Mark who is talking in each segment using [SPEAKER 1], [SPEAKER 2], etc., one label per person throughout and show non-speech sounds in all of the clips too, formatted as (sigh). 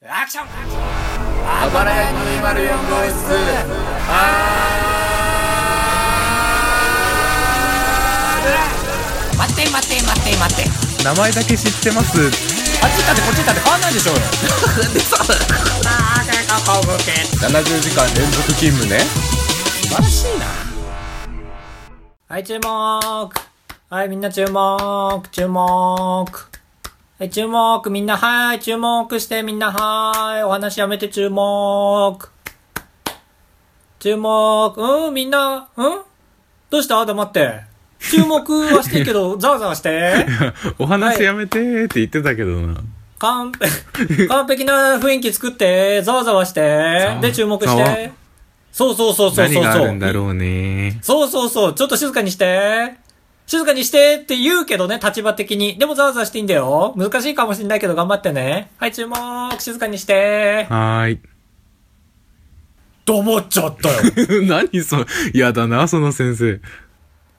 [SPEAKER 1] アクション
[SPEAKER 2] あばらやき204号室
[SPEAKER 1] 待って待って待って待って
[SPEAKER 3] 名前だけ知ってます
[SPEAKER 1] あっち行ったってこっち行ったって変わんないでしょうよあー結構向け
[SPEAKER 3] 70時間連続勤務ね
[SPEAKER 1] 素晴らしいなはい注目はいみんな注目注目はい注目みんなはい注目してみんなはいお話やめて注目注目うんみんなうんどうした黙って注目はしてるけどざわざわして
[SPEAKER 3] お話やめてーって言ってたけどな、
[SPEAKER 1] 完璧、完璧な雰囲気作って、ざわざわして、で注目して。そうそうそうそう
[SPEAKER 3] 何
[SPEAKER 1] そう
[SPEAKER 3] があ
[SPEAKER 1] そ
[SPEAKER 3] るんだ
[SPEAKER 1] う。
[SPEAKER 3] ろうね
[SPEAKER 1] そうそうそう、ちょっと静かにして。静かにしてって言うけどね、立場的に。でもざわざわしていいんだよ。難しいかもしんないけど頑張ってね。はい、注目、静かにして。
[SPEAKER 3] はーい (laughs)
[SPEAKER 1] 黙っちゃったよ。
[SPEAKER 3] 何そのやだなその先生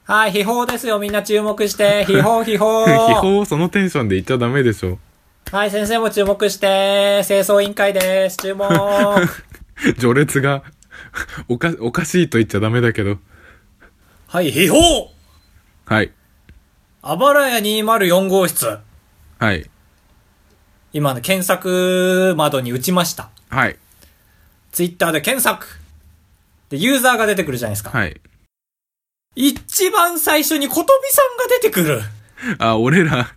[SPEAKER 1] はい、秘宝ですよ、みんな注目して。秘宝、秘
[SPEAKER 3] 秘
[SPEAKER 1] 宝。
[SPEAKER 3] 宝をそのテンションで言っちゃダメでしょ
[SPEAKER 1] はい、先生も注目して。清掃委員会です、注 (laughs) 目。
[SPEAKER 3] 序列が (laughs) おかおかしいと言っちゃダメだけど
[SPEAKER 1] はい、秘宝
[SPEAKER 3] はい
[SPEAKER 1] あばらや204号室。
[SPEAKER 3] はい
[SPEAKER 1] 今の検索窓に打ちました。
[SPEAKER 3] はい
[SPEAKER 1] ツイッターで検索。で、ユーザーが出てくるじゃないですか。
[SPEAKER 3] はい
[SPEAKER 1] 一番最初にことびさんが出てくる。
[SPEAKER 3] あ俺ら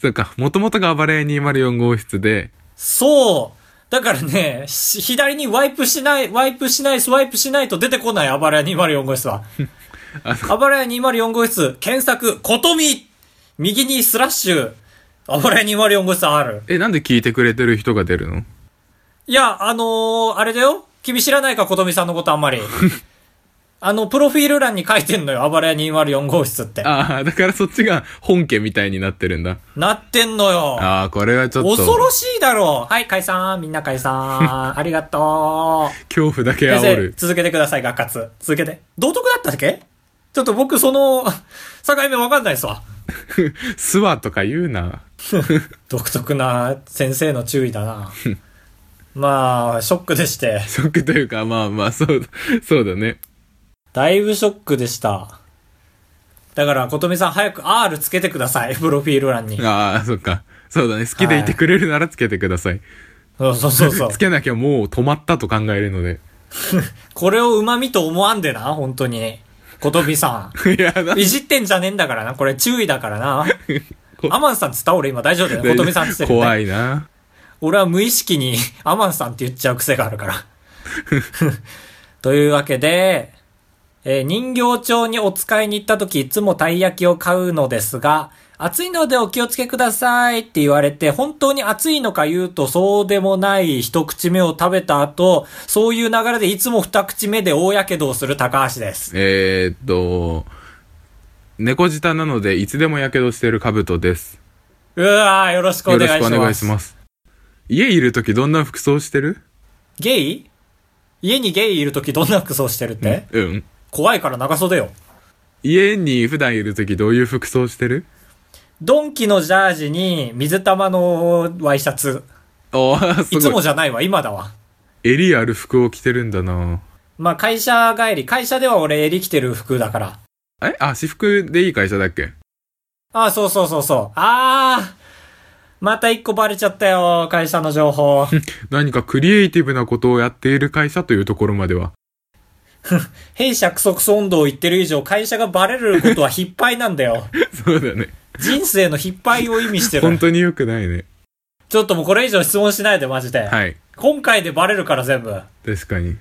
[SPEAKER 3] そうかもともとが暴れ屋204号室で
[SPEAKER 1] そう。だからね、し左にワイプしない、ワイプしない、スワイプしないと出てこない、あばらや204号室は。
[SPEAKER 3] (laughs) あ
[SPEAKER 1] あばらや204号室、検索、ことみ右にスラッシュ、あばらや204号室ある。
[SPEAKER 3] えなんで聞いてくれてる人が出るの (laughs)
[SPEAKER 1] いや、あのー、あれだよ。君知らないか、ことみさんのことあん
[SPEAKER 3] (laughs)
[SPEAKER 1] まり。あの、プロフィール欄に書いてんのよ、あばれ204号室って。
[SPEAKER 3] ああ、だからそっちが本家みたいになってるんだ。
[SPEAKER 1] なってんのよ。
[SPEAKER 3] ああ、これはちょっと。
[SPEAKER 1] 恐ろしいだろう。はい、解散。みんな解
[SPEAKER 3] (laughs)
[SPEAKER 1] 散。ありがとう。
[SPEAKER 3] 恐怖だけ
[SPEAKER 1] 先生
[SPEAKER 3] 煽る、。
[SPEAKER 1] 続けてください、学活。続けて。道徳だったっけちょっと僕、その、 (laughs) 境目わかんないですわ。
[SPEAKER 3] スワとか言うな。 (laughs)
[SPEAKER 1] 独特な先生の注意だ
[SPEAKER 3] (laughs)
[SPEAKER 1] な。まあ、ショックでして。
[SPEAKER 3] ショックというか、まあまあ、そう、そうだね。
[SPEAKER 1] だいぶショックでした。だから、ことみさん早く R つけてください。プロフィール
[SPEAKER 3] (laughs)
[SPEAKER 1] 欄に。
[SPEAKER 3] ああ、そっか。そうだね。好きでいてくれるならつけてください。
[SPEAKER 1] そうそうそうそう
[SPEAKER 3] つ。けなきゃもう止まったと考えるので。
[SPEAKER 1] これを旨味と思わんでな、本当に。ことみさ
[SPEAKER 3] いや、な
[SPEAKER 1] (laughs) (laughs)
[SPEAKER 3] ん
[SPEAKER 1] ん。いじってんじゃねえんだからな。これ注意だからな。
[SPEAKER 3] (laughs)
[SPEAKER 1] アマンさんつった俺今大丈夫だよね。ことみさんつってる、ね。
[SPEAKER 3] 怖いな。
[SPEAKER 1] 俺は無意識に (laughs) アマンさんって言っちゃう癖があるから。 (laughs) というわけで、えー人形町にお使いに行った時いつもたい焼きを買うのですが、暑いのでお気をつけくださいって言われて、本当に暑いのか言うとそうでもない一口目を食べた後、そういう流れでいつも二口目で大やけどをする高橋です。
[SPEAKER 3] えー、っと、猫舌なので、いつでも火傷してる兜です。
[SPEAKER 1] うわー、よろしくお
[SPEAKER 3] よ
[SPEAKER 1] 願い
[SPEAKER 3] ろ
[SPEAKER 1] し
[SPEAKER 3] し
[SPEAKER 1] ま
[SPEAKER 3] くお
[SPEAKER 1] す。
[SPEAKER 3] 願いします。家いるときどんな服装してる
[SPEAKER 1] ゲイ家にゲイいる時どんな服装してるって、
[SPEAKER 3] うん。
[SPEAKER 1] 怖いから長袖よ。
[SPEAKER 3] 家に普段いるときどういう服装してる
[SPEAKER 1] ドンキのジャージに水玉のワイシャツ。
[SPEAKER 3] ああ、す
[SPEAKER 1] いつ
[SPEAKER 3] ご
[SPEAKER 1] も
[SPEAKER 3] い。
[SPEAKER 1] じゃないわ、今だわ。
[SPEAKER 3] 襟ある服を着てるんだな
[SPEAKER 1] まあ、会社帰り、会社では俺襟着てる服だから。
[SPEAKER 3] えあ、私服でいい会社だっけ
[SPEAKER 1] ああ、そうそうそうそう。ああまた一個バレちゃったよ、会社の情
[SPEAKER 3] (laughs)
[SPEAKER 1] 報。
[SPEAKER 3] 何かクリエイティブなことをやっている会社というところまでは。 (laughs)
[SPEAKER 1] 弊社クソクソ運動を言ってる以上、会社がバレることは必敗なんだよ。
[SPEAKER 3] そうだね。
[SPEAKER 1] 人生の必敗を意味して
[SPEAKER 3] 本
[SPEAKER 1] る。
[SPEAKER 3] 当に良くないね。
[SPEAKER 1] ちょっともうこれ以上質問しないで、マジで。
[SPEAKER 3] はい。
[SPEAKER 1] 今回でバレるから全部。
[SPEAKER 3] 確
[SPEAKER 1] (laughs)
[SPEAKER 3] かに。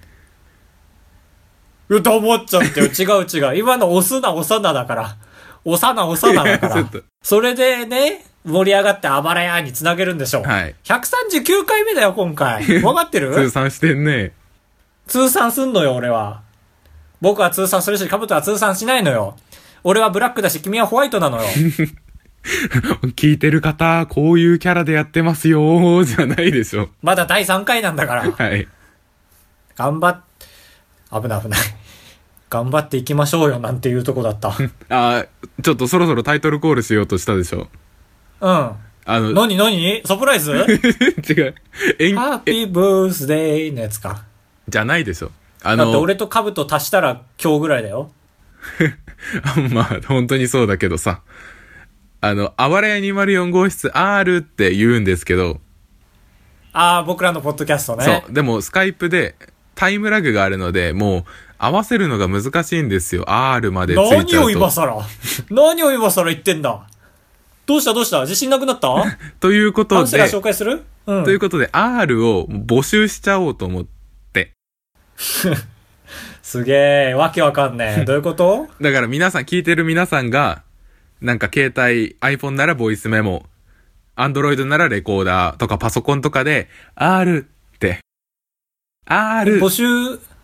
[SPEAKER 1] うと思っちゃってよ。違う違う。今の押すな、押さなだから。押さな、押さなだか
[SPEAKER 3] (laughs) ちょ
[SPEAKER 1] ら
[SPEAKER 3] っと。
[SPEAKER 1] それでね、盛り上がってあばらやにつなげるんでしょう。
[SPEAKER 3] はい。
[SPEAKER 1] 139回目だよ、今
[SPEAKER 3] (laughs)
[SPEAKER 1] 回。わかって
[SPEAKER 3] 通
[SPEAKER 1] る
[SPEAKER 3] 算してんね。 (laughs)
[SPEAKER 1] 通算すんのよ、俺は。僕は通算するし、カブトは通算しないのよ。俺はブラックだし、君はホワイト
[SPEAKER 3] (laughs)
[SPEAKER 1] なのよ。
[SPEAKER 3] 聞いてる方、こういうキャラでやってますよ (laughs) ー、じゃないでしょ。
[SPEAKER 1] まだ第3回なんだから。
[SPEAKER 3] はい。
[SPEAKER 1] 頑張っ、危ない危ない。頑張っていきましょうよ、なんて
[SPEAKER 3] (laughs)
[SPEAKER 1] いうとこだった。
[SPEAKER 3] あーちょっとそろそろタイトルコールしようとしたでしょ。
[SPEAKER 1] うん。
[SPEAKER 3] あの、
[SPEAKER 1] 何何サプライズ
[SPEAKER 3] (laughs) 違う。えん、
[SPEAKER 1] ハッピーブースデーのやつか。
[SPEAKER 3] じゃないでしょ。あ
[SPEAKER 1] だって
[SPEAKER 3] の、
[SPEAKER 1] 俺と株と足したら今日ぐらいだよ。
[SPEAKER 3] (laughs) まあ、本当にそうだけどさ。あの、あばらや204号室 R って言うんですけど、
[SPEAKER 1] ああ、僕らのポッドキャストね。
[SPEAKER 3] そう。でも、スカイプでタイムラグがあるので、もう、合わせるのが難しいんですよ。R までつい
[SPEAKER 1] 何
[SPEAKER 3] ちゃ
[SPEAKER 1] を
[SPEAKER 3] う
[SPEAKER 1] 今
[SPEAKER 3] と。
[SPEAKER 1] 更 (laughs) 何を今更言ってんだどうしたどうした自信なくなった
[SPEAKER 3] ということ
[SPEAKER 1] 話が
[SPEAKER 3] で、
[SPEAKER 1] 紹介するう。
[SPEAKER 3] というんことで、R を募集しちゃおうと思って。
[SPEAKER 1] すげえ、わけわかんねえ。どういう
[SPEAKER 3] (laughs)
[SPEAKER 1] こと
[SPEAKER 3] だから皆さん、聞いてる皆さんが、なんか携帯、iPhone ならボイスメモ、Android ならレコーダーとかパソコンとかで、R って、R
[SPEAKER 1] 募集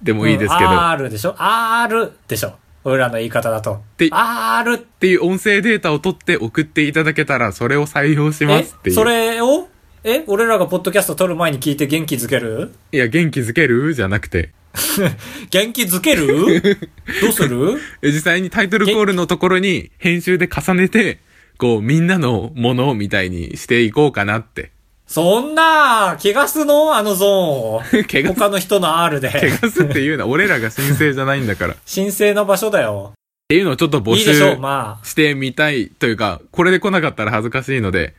[SPEAKER 3] でもいいですけど、
[SPEAKER 1] うん
[SPEAKER 3] っ
[SPEAKER 1] R でしょ ?R でしょ俺らの言い方だと。
[SPEAKER 3] て
[SPEAKER 1] R って
[SPEAKER 3] いう音声データを取って送っていただけたら、それを採用しますっ
[SPEAKER 1] え
[SPEAKER 3] ていう。
[SPEAKER 1] それをえ俺らがポッドキャスト撮る前に聞いて元気づける
[SPEAKER 3] いや、元気づけるじゃなくて、
[SPEAKER 1] 元気づけ
[SPEAKER 3] (laughs)
[SPEAKER 1] るどうする
[SPEAKER 3] え実際にタイトルコールのところに編集で重ねて、こう、みんなのものみたいにしていこうかなって。
[SPEAKER 1] そんな、怪我すのあのゾーンを。
[SPEAKER 3] (laughs) 怪我す
[SPEAKER 1] 他の人の R
[SPEAKER 3] 怪
[SPEAKER 1] で。
[SPEAKER 3] 我すっていうのは俺らが申請じゃないんだ
[SPEAKER 1] (laughs)
[SPEAKER 3] から。っ
[SPEAKER 1] 神聖な場所だよ。
[SPEAKER 3] ていうのをちょっと募
[SPEAKER 1] いいで
[SPEAKER 3] 集
[SPEAKER 1] しょう、まあ。
[SPEAKER 3] してみたいというか、これで来なかったら恥ずかしいので、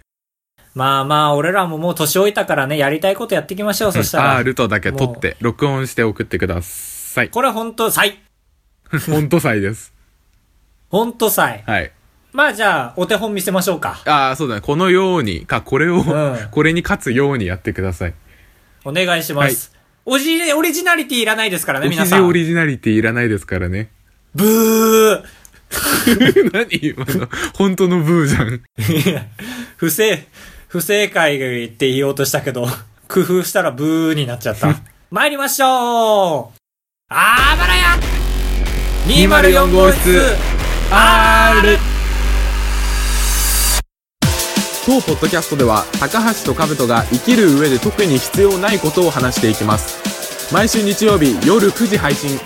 [SPEAKER 1] まあまあ、俺らももう年老いたからね、やりたいことやっていきましょう、そしたら。
[SPEAKER 3] R とだけ取って、録音して送ってください。
[SPEAKER 1] これは本当祭。
[SPEAKER 3] (laughs) 本当祭です。
[SPEAKER 1] 本当祭。
[SPEAKER 3] はい。
[SPEAKER 1] まあじゃあ、お手本見せましょうか。
[SPEAKER 3] ああ、そうだね。このように、か、これを、
[SPEAKER 1] ん
[SPEAKER 3] これに勝つようにやってください。
[SPEAKER 1] お願いします。おじ、オリジナリティいらないですからね、
[SPEAKER 3] お
[SPEAKER 1] 皆
[SPEAKER 3] ひじ
[SPEAKER 1] さ
[SPEAKER 3] オ
[SPEAKER 1] ん。
[SPEAKER 3] リジナリティいらないですからね。 (laughs)
[SPEAKER 1] ブー
[SPEAKER 3] 何今の、本当のブーじゃん。
[SPEAKER 1] いや不正、不正解って言おうとしたけど、 (laughs) 工夫したらブーになっちゃ (laughs) った。参りましょうあばらや !204 号室 R!
[SPEAKER 3] 当ポッドキャストでは高橋と兜が生きる上で特に必要ないことを話していきます毎週日曜日夜9時配信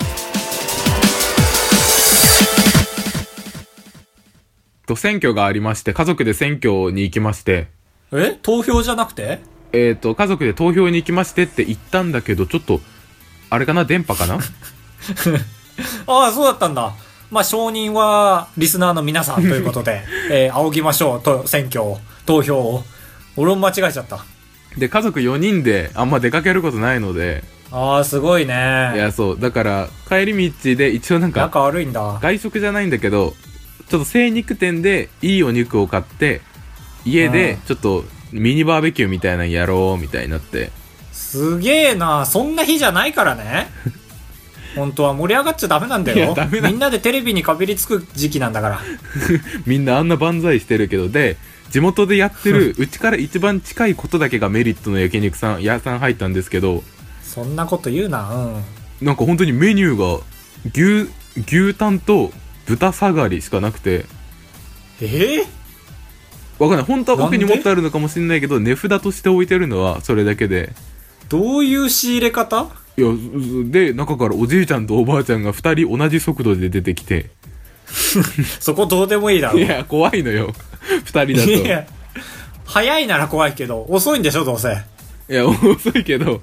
[SPEAKER 3] と選挙がありまして家族で選挙に行きまして
[SPEAKER 1] え投票じゃなくて
[SPEAKER 3] えっ、と家族で投票に行きましてって言ったんだけどちょっとあれかな電波かな
[SPEAKER 1] ああ、そうだったんだ。まあ、承認はリスナーの皆さんということ (laughs) で、えー、仰ぎましょうと、選挙を、投票を。俺も間違えちゃった。
[SPEAKER 3] で家族4人であんま出かけることないので
[SPEAKER 1] ああ、すごい
[SPEAKER 3] い
[SPEAKER 1] ね。
[SPEAKER 3] やそうだから帰り道で一応なんか
[SPEAKER 1] 仲悪いんだ。
[SPEAKER 3] 外食じゃないんだけどちょっと精肉店でいいお肉を買って家で
[SPEAKER 1] うん
[SPEAKER 3] ちょっとミニバーベキューみたいなのやろうみたいになって
[SPEAKER 1] すげえなそんな日じゃないから
[SPEAKER 3] (laughs)
[SPEAKER 1] ね本当は盛り上がっちゃダメなんだ
[SPEAKER 3] い
[SPEAKER 1] よ
[SPEAKER 3] やダメだ
[SPEAKER 1] みんなでテレビにかびりつく時期なんだから
[SPEAKER 3] みんなあんな万歳してるけどで地元でやって (laughs) るうちから一番近いことだけがメリットの焼肉さん屋さん入ったんですけど
[SPEAKER 1] そんなこと言うなうん
[SPEAKER 3] なんか本当にメニューが牛牛タンと豚下がりしかなくて
[SPEAKER 1] ええ
[SPEAKER 3] わかんない本当は奥に
[SPEAKER 1] なんで
[SPEAKER 3] もっとあるのかもしれないけど値札として置いてるのはそれだけで
[SPEAKER 1] どういう仕入れ方
[SPEAKER 3] いや、うで、中からおじいちゃんとおばあちゃんが二人同じ速度で出てきて。
[SPEAKER 1] そこどうでもいいだろ
[SPEAKER 3] いや、怖いのよ。 (laughs) 二人だと。
[SPEAKER 1] い
[SPEAKER 3] いや、
[SPEAKER 1] や早いなら怖いけど遅いんでしょどうせ
[SPEAKER 3] 遅いけど。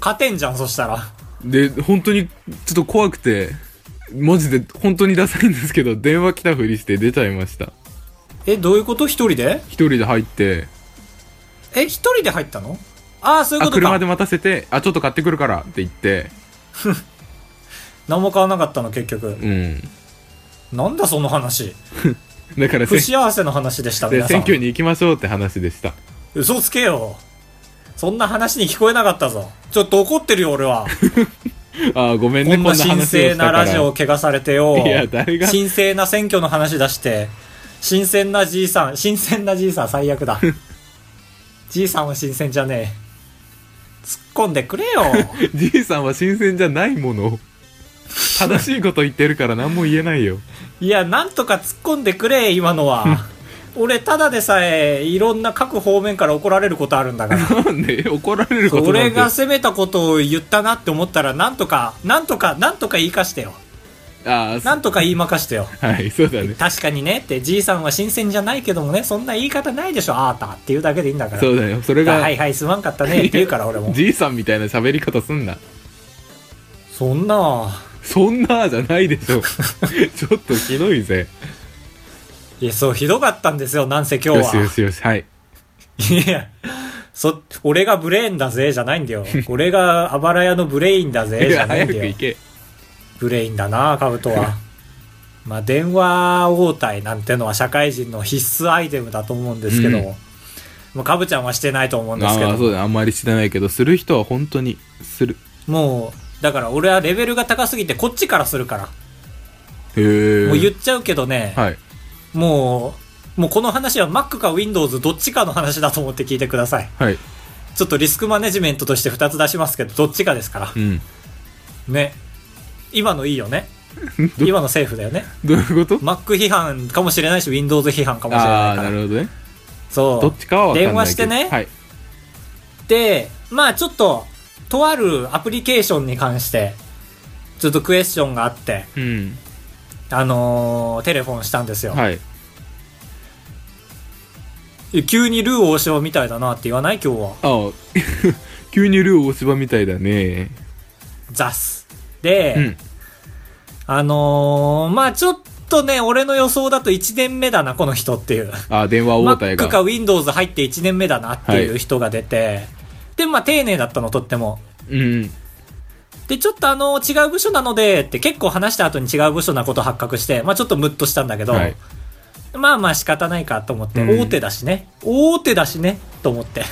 [SPEAKER 1] 勝てんじゃんそしたら
[SPEAKER 3] で、本当に、ちょっと怖くて、マジで本当にダサいんですけど、電話来たふりして出ちゃいました。
[SPEAKER 1] えどういうこと一人で
[SPEAKER 3] 一人で入って、
[SPEAKER 1] え一人で入ったのああそういう
[SPEAKER 3] あ、
[SPEAKER 1] こと
[SPEAKER 3] 車
[SPEAKER 1] か
[SPEAKER 3] で待たせて、あ、ちょっと買ってくるからって言って、
[SPEAKER 1] 何も買わなかったの結局
[SPEAKER 3] うん。
[SPEAKER 1] なんだその
[SPEAKER 3] (laughs)
[SPEAKER 1] 話
[SPEAKER 3] だから
[SPEAKER 1] 不
[SPEAKER 3] せん、
[SPEAKER 1] 幸せの話でした
[SPEAKER 3] で
[SPEAKER 1] 皆さ
[SPEAKER 3] 選
[SPEAKER 1] ん
[SPEAKER 3] 挙に行きましょうって話でした。
[SPEAKER 1] 嘘つけよそんな話に聞こえなかったぞちょっと怒ってるよ俺
[SPEAKER 3] (laughs)
[SPEAKER 1] は
[SPEAKER 3] あーごめんね、
[SPEAKER 1] こ
[SPEAKER 3] こん
[SPEAKER 1] ん
[SPEAKER 3] な
[SPEAKER 1] な
[SPEAKER 3] 話を
[SPEAKER 1] 神聖
[SPEAKER 3] したか
[SPEAKER 1] な
[SPEAKER 3] ら。
[SPEAKER 1] ラジオを怪我されてよ
[SPEAKER 3] いや誰が
[SPEAKER 1] 神聖な選挙の話出して新鮮なじいさん新鮮なじいさん最悪
[SPEAKER 3] (laughs)
[SPEAKER 1] だじいさんは新鮮じゃねえ突っ込んでくれよ
[SPEAKER 3] じいさんは新鮮じゃないものを。正しいこと言ってるから何も言えないよ。
[SPEAKER 1] いやなんとか突っ込んでくれ今の
[SPEAKER 3] (laughs)
[SPEAKER 1] は俺ただでさえいろんな各方面から怒られることあるん
[SPEAKER 3] (laughs)
[SPEAKER 1] だから
[SPEAKER 3] なんで怒られることな
[SPEAKER 1] 俺
[SPEAKER 3] んて
[SPEAKER 1] が責めたことを言ったなって思ったらなんとかなんとかなんとか言い返してよ
[SPEAKER 3] ああ、
[SPEAKER 1] なんとか言いまかしてよ。
[SPEAKER 3] はい、そうだね。
[SPEAKER 1] 確かにねって、じいさんは新鮮じゃないけどもね、そんな言い方ないでしょ、あーたっていうだけでいいんだから。
[SPEAKER 3] そうだよ。それ
[SPEAKER 1] あ
[SPEAKER 3] が、
[SPEAKER 1] はいはい、すまんかったねって言うから、俺
[SPEAKER 3] (laughs)
[SPEAKER 1] も。
[SPEAKER 3] じいさんみたいな喋り方すんな。
[SPEAKER 1] そんな、
[SPEAKER 3] そんなじゃないで
[SPEAKER 1] (laughs)
[SPEAKER 3] しょ。ちょっとひどいぜ。
[SPEAKER 1] いや、そう、ひどかったんですよ、なんせ今
[SPEAKER 3] よ
[SPEAKER 1] 日
[SPEAKER 3] しよ
[SPEAKER 1] は。
[SPEAKER 3] しよし。はい。
[SPEAKER 1] いや、そ、俺がブレーンだぜ、じゃないんだよ。俺があばら屋のブレインだぜ、
[SPEAKER 3] い
[SPEAKER 1] じゃ
[SPEAKER 3] や
[SPEAKER 1] ない
[SPEAKER 3] 早
[SPEAKER 1] ん
[SPEAKER 3] く
[SPEAKER 1] だよ
[SPEAKER 3] 行。け。
[SPEAKER 1] ブレインだな、カブトは。まあ、電話応対なんてのは社会人の必須アイテムだと思うんですけど、
[SPEAKER 3] うん
[SPEAKER 1] もうカブちゃんはしてないと思うんで
[SPEAKER 3] あ
[SPEAKER 1] すけ
[SPEAKER 3] あ、そ
[SPEAKER 1] ど、
[SPEAKER 3] うだ。あんまり知らないけど、する人は本当にする。
[SPEAKER 1] もう、だから俺はレベルが高すぎてこっちからするから。
[SPEAKER 3] へえ。
[SPEAKER 1] もう言っちゃうけどね、
[SPEAKER 3] はい。
[SPEAKER 1] もう、もうこの話は Mac か Windows どっちかの話だと思って聞いてください。
[SPEAKER 3] はい。
[SPEAKER 1] ちょっとリスクマネジメントとして2つ出しますけど、どっちかですから
[SPEAKER 3] う。ん。
[SPEAKER 1] ね。今のいいよ
[SPEAKER 3] (laughs)
[SPEAKER 1] ね。
[SPEAKER 3] ど
[SPEAKER 1] 今のセーフだよね。
[SPEAKER 3] どういうこと
[SPEAKER 1] Mac 批判かもしれないし、Windows 批判かもしれない
[SPEAKER 3] ああ、
[SPEAKER 1] か
[SPEAKER 3] な
[SPEAKER 1] ら。
[SPEAKER 3] るほどね。
[SPEAKER 1] そう。
[SPEAKER 3] どっちかは分かんないけど。
[SPEAKER 1] 電話してね
[SPEAKER 3] はい。
[SPEAKER 1] で、まあちょっと、とあるアプリケーションに関して、ちょっとクエスチョンがあって、
[SPEAKER 3] うん。
[SPEAKER 1] あのーテレフォンしたんですよ。
[SPEAKER 3] はい。
[SPEAKER 1] いや急にルー王将みたいだなって言わない今日は。
[SPEAKER 3] ああ、 (laughs) 急にルー大芝みたいだね。
[SPEAKER 1] ザス。で、
[SPEAKER 3] うん。
[SPEAKER 1] あのーまあちょっとね、俺の予想だと1年目だな、この人っていう。
[SPEAKER 3] ああ、電話応対
[SPEAKER 1] Mac
[SPEAKER 3] が。
[SPEAKER 1] か Windows 入って1年目だなってい
[SPEAKER 3] は
[SPEAKER 1] う人が出て、で、まあ丁寧だったの、とっても。
[SPEAKER 3] うん。
[SPEAKER 1] で、ちょっとあの、違う部署なので、って結構話した後に違う部署なこと発覚して、まあちょっとムッとしたんだけど、
[SPEAKER 3] はい。
[SPEAKER 1] まあまあ仕方ないかと思って、
[SPEAKER 3] うん
[SPEAKER 1] 大手だしね。大手だしね。と思
[SPEAKER 3] (laughs)
[SPEAKER 1] って。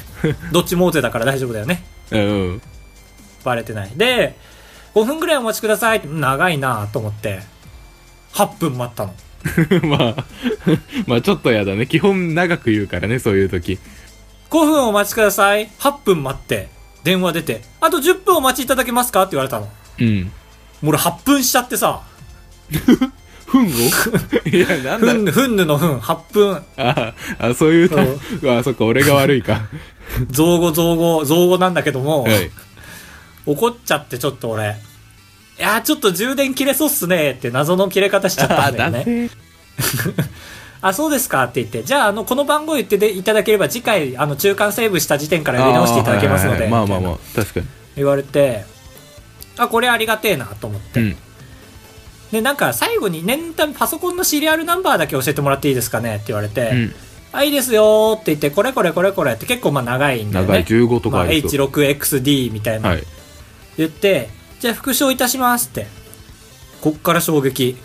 [SPEAKER 1] どっちも大手だから大丈夫だよね。
[SPEAKER 3] うん。 (laughs)
[SPEAKER 1] バレてない。で、5分ぐらいお待ちください。長いなと思って、8分待ったの。
[SPEAKER 3] まあ、まあちょっとやだね。基本長く言うからね、そういう時。
[SPEAKER 1] 5分お待ちください。8分待って、電話出て、あと10分お待ちいただけますかって言われたの。も
[SPEAKER 3] うん。
[SPEAKER 1] う俺8分しちゃってさ、
[SPEAKER 3] ふんを (laughs) いや、
[SPEAKER 1] ふ、
[SPEAKER 3] なんんだ。
[SPEAKER 1] ふんぬのふん、8分。
[SPEAKER 3] ああ、そういうた、あそっか、俺が悪いか。
[SPEAKER 1] 造語造語、造語なんだけども、
[SPEAKER 3] はい。
[SPEAKER 1] 怒っちゃってちょっと俺。いやーちょっと充電切れそうっすねーって謎の切れ方しちゃったん
[SPEAKER 3] (laughs)
[SPEAKER 1] だよね。
[SPEAKER 3] 性。
[SPEAKER 1] あ、そうですかって言って、じゃあ、あの、この番号言ってでいただければ次回、あの、中間セーブした時点からやり直していただけますので、
[SPEAKER 3] あーはいはいはいまあまあ
[SPEAKER 1] みたい
[SPEAKER 3] まあ
[SPEAKER 1] な、
[SPEAKER 3] 確かに。
[SPEAKER 1] 言われて、あ、これありがてえなと思って。
[SPEAKER 3] うん。
[SPEAKER 1] で、なんか最後に年単パソコンのシリアルナンバーだけ教えてもらっていいですかねって言われて、
[SPEAKER 3] うん。
[SPEAKER 1] あ、いいですよーって言って、これこれこれこれって結構まあ長いんで、ね。
[SPEAKER 3] 長い15とか
[SPEAKER 1] まあ、
[SPEAKER 3] ありそう。
[SPEAKER 1] H6XD みたいな、
[SPEAKER 3] はい。
[SPEAKER 1] 言って、じゃあ復唱いたしますって。こっから衝撃。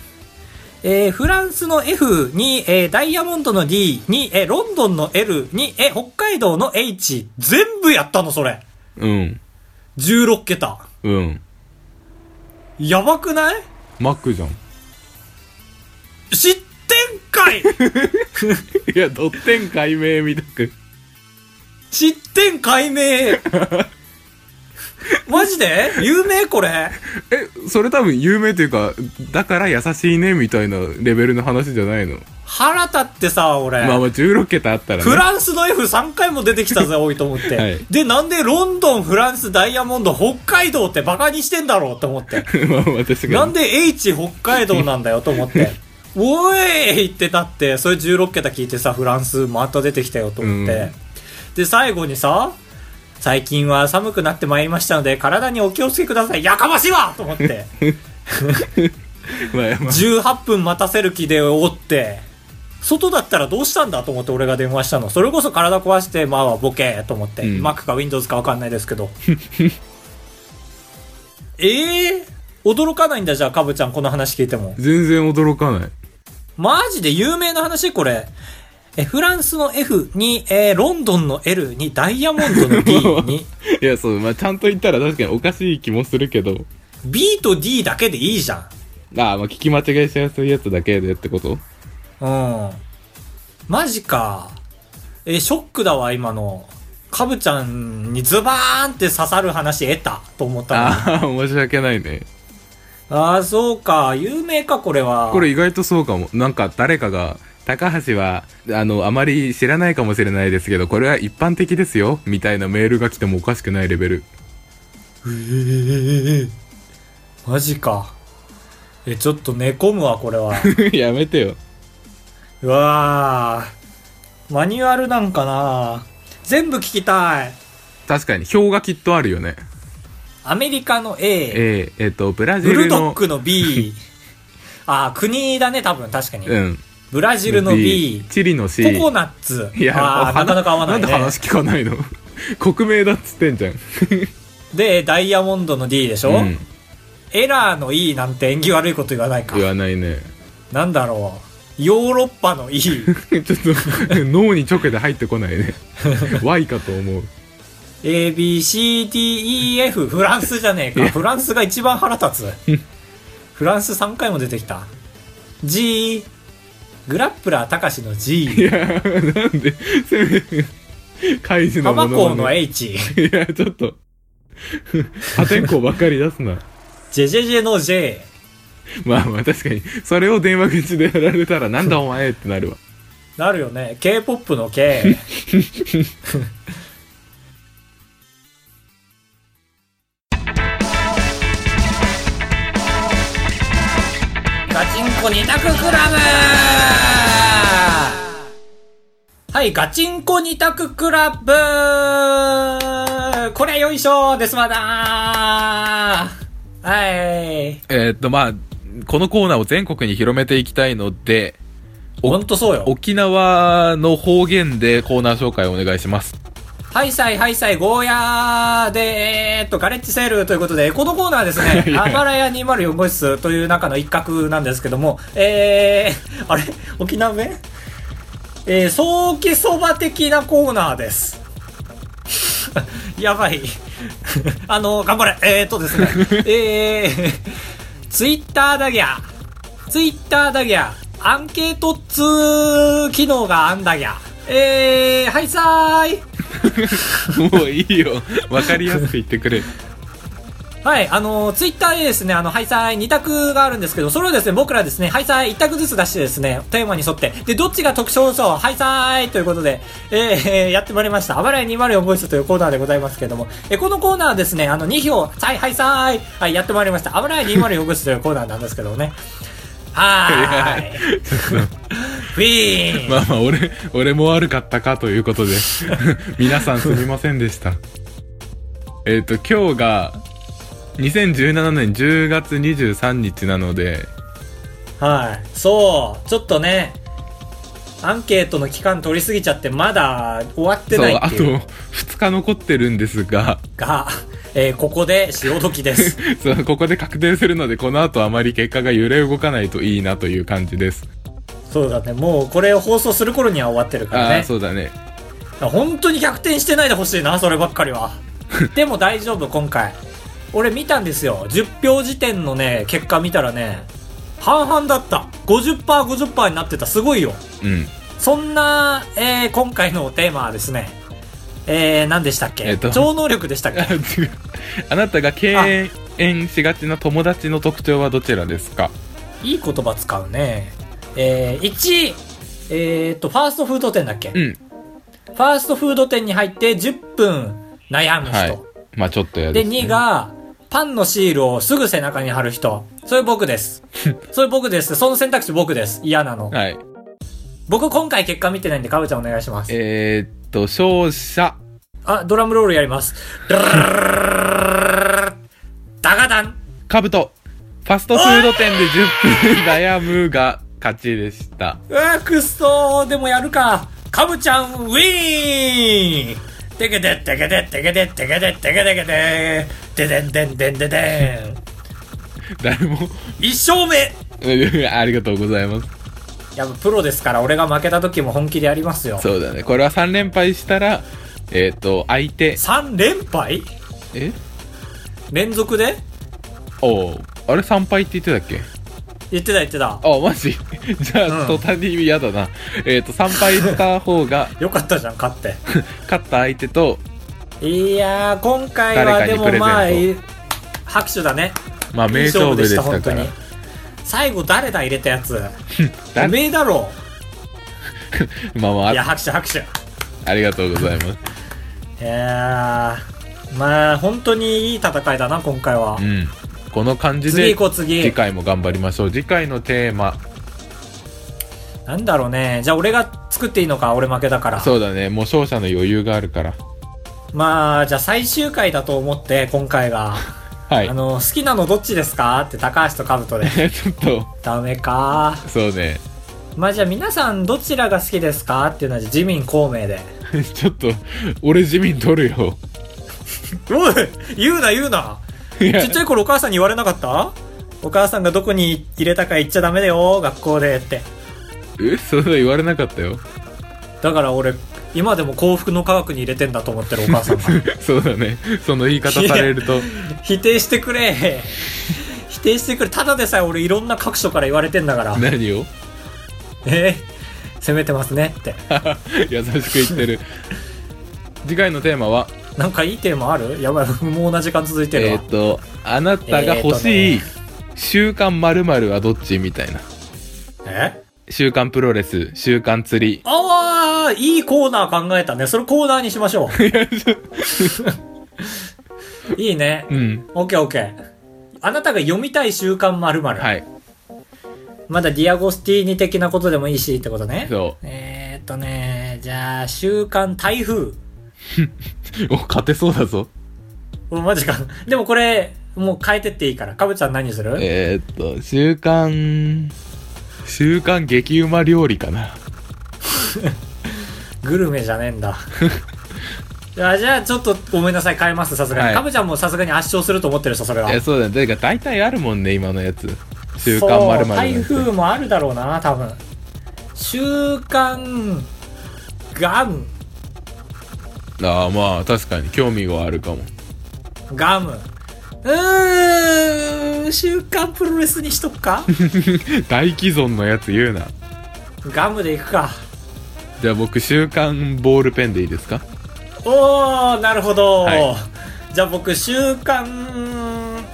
[SPEAKER 1] えーフランスの F に、えーダイヤモンドの D に、えーロンドンの L に、えー北海道の H。全部やったの、それ。
[SPEAKER 3] うん。
[SPEAKER 1] 16桁。
[SPEAKER 3] うん。
[SPEAKER 1] やばくない
[SPEAKER 3] マッ
[SPEAKER 1] (laughs)
[SPEAKER 3] クじゃん。
[SPEAKER 1] 知ってんかい
[SPEAKER 3] いや、ドッテン解明みたく。
[SPEAKER 1] 知ってん解明マジで有名これ。
[SPEAKER 3] え、それ多分有名というか、だから優しいねみたいなレベルの話じゃないの。
[SPEAKER 1] 腹立ってさ、俺。
[SPEAKER 3] まあまあ16桁あったらね。
[SPEAKER 1] フランスの F3 回も出てきたぜ、多いと思って。
[SPEAKER 3] はい
[SPEAKER 1] で、なんでロンドン、フランス、ダイヤモンド、北海道ってバカにしてんだろうと思って。
[SPEAKER 3] (laughs) まあまあ確かに。
[SPEAKER 1] なんで H 北海道なんだよと思
[SPEAKER 3] (laughs)
[SPEAKER 1] って。おーいってなって、それ16桁聞いてさ、フランスまた出てきたよと思って。
[SPEAKER 3] うん
[SPEAKER 1] で、最後にさ、最近は寒くなってまいりましたので、体にお気をつけください。やかましいわと思
[SPEAKER 3] (laughs)
[SPEAKER 1] って。
[SPEAKER 3] まあまあ
[SPEAKER 1] 18分待たせる気でおって、外だったらどうしたんだと思って俺が電話したの。それこそ体壊して、まあボケーと思って、
[SPEAKER 3] うん
[SPEAKER 1] Mac か Windows かわかんないですけど。 (laughs) ええ驚かないんだじゃあ、かぶちゃん、この話聞いても。
[SPEAKER 3] 全然驚かない。
[SPEAKER 1] マジで有名な話これ。え、フランスの F に、えーロンドンの L に、ダイヤモンドの D
[SPEAKER 3] (laughs)
[SPEAKER 1] に、
[SPEAKER 3] いや、そう、まあちゃんと言ったら確かにおかしい気もするけど。
[SPEAKER 1] B と D だけでいいじゃん。
[SPEAKER 3] ああ、まあ聞き間違いしやすいやつだけでってこと
[SPEAKER 1] うん。マジか。えーショックだわ、今の。カブちゃんにズバーンって刺さる話得たと思ったのに。
[SPEAKER 3] ああ、申し訳ないね。
[SPEAKER 1] ああ、そうか。有名か、これは。
[SPEAKER 3] これ意外とそうかも。なんか誰かが、高橋は、あの、あまり知らないかもしれないですけど、これは一般的ですよ、みたいなメールが来てもおかしくないレベル。
[SPEAKER 1] えーマジか。え、ちょっと寝込むわ、これは。
[SPEAKER 3] (laughs) やめてよ。
[SPEAKER 1] うわーマニュアルなんかな全部聞きたい。
[SPEAKER 3] 確かに、表がきっとあるよね。
[SPEAKER 1] アメリカの A、
[SPEAKER 3] えー、えっ、と、ブラジ
[SPEAKER 1] ブ
[SPEAKER 3] ル
[SPEAKER 1] ルド
[SPEAKER 3] の
[SPEAKER 1] ッ、グの
[SPEAKER 3] (laughs)
[SPEAKER 1] B。あー、国だね、多分、確かに。
[SPEAKER 3] うん。
[SPEAKER 1] ブラジルの B。
[SPEAKER 3] チリの C。
[SPEAKER 1] ココナッツ。
[SPEAKER 3] いや、
[SPEAKER 1] あーなかなか合わない、
[SPEAKER 3] なん
[SPEAKER 1] ね。
[SPEAKER 3] で話聞かないの (laughs) 国名だっつってんじゃん。
[SPEAKER 1] で、ダイヤモンドの D でしょ、
[SPEAKER 3] うん。
[SPEAKER 1] エラーの E なんて縁起悪いこと言わないか
[SPEAKER 3] 言。わないね。 (laughs)
[SPEAKER 1] なんだろう。ヨーロッパの E。
[SPEAKER 3] ちょっと、 (laughs) 脳に直で入ってこないね。Y (laughs) かと思う。 (laughs)
[SPEAKER 1] A, B, C, D, E, F。フランスじゃねえか。フランスが一番腹立
[SPEAKER 3] (laughs)
[SPEAKER 1] つ。フランス3回も出てきた。G。グラップラー高しの
[SPEAKER 3] い
[SPEAKER 1] G。
[SPEAKER 3] や、なんで、 (laughs) せめ、カイジの
[SPEAKER 1] 浜
[SPEAKER 3] も
[SPEAKER 1] 港
[SPEAKER 3] の
[SPEAKER 1] の
[SPEAKER 3] まね
[SPEAKER 1] H。
[SPEAKER 3] (laughs) いや、ちょっと、 (laughs) 破天荒ばっかり出すな。 (laughs)
[SPEAKER 1] ジェジェジェの J。
[SPEAKER 3] まあまあ確かに、それを電話口でやられたら、なんだお前ってなるわ。
[SPEAKER 1] なるよね。K-POP の K。ガチンコ二択クラブはい、ガチンコ二択クラブこれよいしょですまだはい。
[SPEAKER 3] えーっとまあ、このコーナーを全国に広めていきたいので、
[SPEAKER 1] ほんとそうよ。
[SPEAKER 3] 沖縄の方言でコーナー紹介をお願いします。
[SPEAKER 1] (laughs) はいさいはいさいゴーヤーで、えーっと、ガレッジセールということで、このコーナーですね、アバラヤ204号室という中の一角なんですけども、えー、あれ沖縄弁えー、早期そば的なコーナーです。 (laughs) やばい。 (laughs) あの、頑張れ。えー、っとですね、えー、ツイッターだぎゃ、ツイッターだぎゃ、アンケートツー機能があんだぎゃ、えー、はいさーい。
[SPEAKER 3] もういいよ。わかりやすく言ってくれ。
[SPEAKER 1] はい、あのツイッター Twitter でですね、あの、ハイサイ2択があるんですけど、それをですね、僕らですね、ハイサイ1択ずつ出してですね、テーマに沿って、で、どっちが特徴そう、ハイサイということで、えーえーやってまいりました。あばらや204号室というコーナーでございますけども、えーこのコーナーはですね、あの、2票、はい、ハイサイはい、やってまいりました。あばらや204号室というコーナーなんですけどもね。は
[SPEAKER 3] (laughs)
[SPEAKER 1] ーい。フィーン
[SPEAKER 3] まあまあ、俺、俺も悪かったかということで。 (laughs) 皆さんすみませんでした。えっと、今日が、2017年10月23日なので、
[SPEAKER 1] はい。そう、ちょっとね、アンケートの期間取りすぎちゃって、まだ終わって
[SPEAKER 3] そう、
[SPEAKER 1] ない
[SPEAKER 3] あ
[SPEAKER 1] っ
[SPEAKER 3] と
[SPEAKER 1] ていう
[SPEAKER 3] 2日残ってるんですが、
[SPEAKER 1] が、えーここで潮時です。
[SPEAKER 3] (laughs) そうここで確定するので、この後あまり結果が揺れ動かないといいなという感じです。
[SPEAKER 1] そうだね、もうこれを放送する頃には終わってるか
[SPEAKER 3] あ
[SPEAKER 1] ら
[SPEAKER 3] あ、
[SPEAKER 1] ね。
[SPEAKER 3] そうだね。
[SPEAKER 1] 本当に逆転してないでほしいな、そればっかり
[SPEAKER 3] (laughs)
[SPEAKER 1] は。でも大丈夫、今回。俺見たんですよ。10票時点のね、結果見たらね、半々だった。50%、50%になってた。すごいよ。
[SPEAKER 3] うん。 (laughs)
[SPEAKER 1] そんな、えー今回のテーマはですね、えー、何でしたっけ、
[SPEAKER 3] えっと
[SPEAKER 1] 超能力でしたっけ
[SPEAKER 3] (laughs) あ違うあなたが敬遠しがちな友達の特徴はどちらですか
[SPEAKER 1] いい言葉使うね。えー、1、えー、っと、ファーストフード店だっけ、
[SPEAKER 3] うん。
[SPEAKER 1] ファーストフード店に入って10分悩む人。
[SPEAKER 3] はい。まあちょっとや
[SPEAKER 1] で、
[SPEAKER 3] すね
[SPEAKER 1] 2が、パンのシールをすぐ背中に貼る人。それ僕です。それ僕です。その選択肢僕です。嫌なの。
[SPEAKER 3] はい。
[SPEAKER 1] 僕今回結果見てないんで、かぶちゃんお願いします。
[SPEAKER 3] えーっと、勝者。
[SPEAKER 1] あ、ドラムロールやります。ダガダン
[SPEAKER 3] カブト。ファストフード店で10分 (laughs) 悩むが勝ちでした。
[SPEAKER 1] うわ、くっそーでもやるか。かぶちゃん、ウィーンてけてってけてってけてってけてってけてけてででんでんでんででん
[SPEAKER 3] 誰も、 (laughs)
[SPEAKER 1] 一生目
[SPEAKER 3] ありがとうございます。
[SPEAKER 1] やっぱプロですから俺が負けた時も本気でやりますよ
[SPEAKER 3] そうだね。これは3連敗したら、えーっと、相手、
[SPEAKER 1] 3連敗
[SPEAKER 3] え
[SPEAKER 1] 連続で
[SPEAKER 3] おうあれ3敗って言ってたっけ
[SPEAKER 1] 言ってた言ってた
[SPEAKER 3] あ、マジ (laughs) じゃ
[SPEAKER 1] う
[SPEAKER 3] あ、
[SPEAKER 1] ん
[SPEAKER 3] 途端に嫌だな。えーっと、3敗した方が、
[SPEAKER 1] よかったじゃん勝っ
[SPEAKER 3] (laughs)
[SPEAKER 1] て
[SPEAKER 3] 勝った相手と、
[SPEAKER 1] いやー今回は
[SPEAKER 3] 誰か
[SPEAKER 1] で
[SPEAKER 3] に
[SPEAKER 1] もまあ
[SPEAKER 3] プレ
[SPEAKER 1] 拍手だね
[SPEAKER 3] まあ、
[SPEAKER 1] いい
[SPEAKER 3] 名
[SPEAKER 1] 勝負
[SPEAKER 3] 勝負
[SPEAKER 1] で
[SPEAKER 3] で
[SPEAKER 1] し
[SPEAKER 3] したた
[SPEAKER 1] 本当
[SPEAKER 3] か
[SPEAKER 1] に
[SPEAKER 3] ら。
[SPEAKER 1] 最後誰だ入れたやつお
[SPEAKER 3] だ
[SPEAKER 1] めえだろ
[SPEAKER 3] まあま
[SPEAKER 1] いや
[SPEAKER 3] あ、
[SPEAKER 1] 拍手拍手
[SPEAKER 3] ありがとうございます。
[SPEAKER 1] いやーまあ本当にいい戦いだな今回は
[SPEAKER 3] うん。この感じ
[SPEAKER 1] 次
[SPEAKER 3] で
[SPEAKER 1] 行こう、次
[SPEAKER 3] 次。回も頑張りましょう次回のテーマ
[SPEAKER 1] なんだろうね。じゃあ俺が作っていいのか、俺負けだから。
[SPEAKER 3] そうだねもう勝者の余裕があるから
[SPEAKER 1] まあ、じゃあ最終回だと思って、今回が。
[SPEAKER 3] はい。
[SPEAKER 1] あの、好きなのどっちですかって高橋と兜 (laughs) で
[SPEAKER 3] (laughs) ちょっと
[SPEAKER 1] ダメか
[SPEAKER 3] そうね (laughs)
[SPEAKER 1] まあじゃあ皆さんどちらが好きですかっていうのは自民公明で。
[SPEAKER 3] ちょっと俺自民取るよ
[SPEAKER 1] おい言うな言うない
[SPEAKER 3] や
[SPEAKER 1] ちっちゃい頃お母さんに言われなかったお母さんがどこに入れたか言っちゃダメだよ、学校でって。
[SPEAKER 3] えそんな言われなかったよ (laughs)
[SPEAKER 1] だから俺、今でも幸福の科学に入れてんだと思ってるお母さんが。 (laughs)
[SPEAKER 3] そうだねその言い方されると
[SPEAKER 1] 否定してくれ。否定してくれ。ただでさえ俺いろんな各所から言われてんだから。
[SPEAKER 3] 何を
[SPEAKER 1] えー、責めてますねって。
[SPEAKER 3] (laughs) 優しく言ってる次回のテーマは
[SPEAKER 1] なんかいいテーマあるやばい、もう同じ時間続いてるわ。
[SPEAKER 3] えっ、とあなたが欲しい習慣まるはどっちみたいな
[SPEAKER 1] え
[SPEAKER 3] 週刊プロレス週刊釣り
[SPEAKER 1] ああ、いいコーナー考えたね。それコーナーにしましょう。 (laughs) いいね。
[SPEAKER 3] うん
[SPEAKER 1] オッケーオッケー。あなたが読みたい週刊まるまる。
[SPEAKER 3] はい
[SPEAKER 1] まだディアゴスティーニ的なことでもいいしってことね。
[SPEAKER 3] そ
[SPEAKER 1] えーっとね、じゃあ、週刊台風。
[SPEAKER 3] うお勝てそうだぞ
[SPEAKER 1] おマジか。 (laughs) でもこれ、もう変えてっていいから。かぶちゃん何する
[SPEAKER 3] えー、っと週刊週刊激うま料理かな
[SPEAKER 1] グルメじゃねえん
[SPEAKER 3] (laughs)
[SPEAKER 1] だ。じゃあ、じゃあちょっとごめんなさい。変えます、さすが
[SPEAKER 3] はい
[SPEAKER 1] に。かぶちゃんもさすがに圧勝すると思ってるでしょ、それは。
[SPEAKER 3] えそうだねだから大体あるもんね今のやつ週刊ま
[SPEAKER 1] そう
[SPEAKER 3] るま
[SPEAKER 1] 台
[SPEAKER 3] る
[SPEAKER 1] 風もあるだろうな多分週刊ガム
[SPEAKER 3] ああまあ確かに興味はあるかも
[SPEAKER 1] ガムうーん週刊プロレスにしとくか
[SPEAKER 3] 大既存のやつ言うな
[SPEAKER 1] ガムでいくか
[SPEAKER 3] じゃあ僕週刊ボールペンでいいですか
[SPEAKER 1] おーなるほど、
[SPEAKER 3] は
[SPEAKER 1] じゃあ僕週刊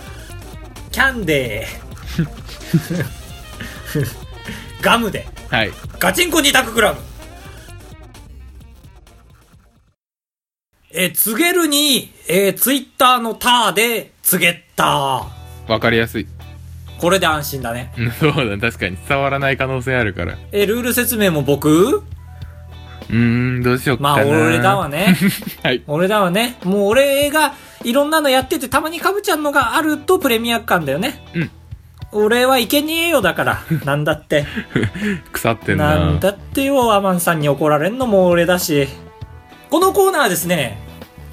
[SPEAKER 1] キャンデーガムで
[SPEAKER 3] はい
[SPEAKER 1] ガチンコ2択グラムえー、告げるに、えー、ツイッターのターで、告げた。
[SPEAKER 3] わかりやすい (laughs)
[SPEAKER 1] これで安心だね。
[SPEAKER 3] うんそうだね確かに伝わらない可能性あるから
[SPEAKER 1] えー、ルール説明も僕
[SPEAKER 3] うーんどうしよっかな
[SPEAKER 1] まあ、俺だわね。
[SPEAKER 3] (laughs) はい
[SPEAKER 1] 俺だわね。もう俺が、いろんなのやってて、たまにかぶちゃんのがあるとプレミア感だよね。
[SPEAKER 3] うん
[SPEAKER 1] 俺はいけにえよだから。なんだって。
[SPEAKER 3] 腐ってんな
[SPEAKER 1] なんだってよ、アマンさんに怒られんのも俺だし。このコーナーはですね、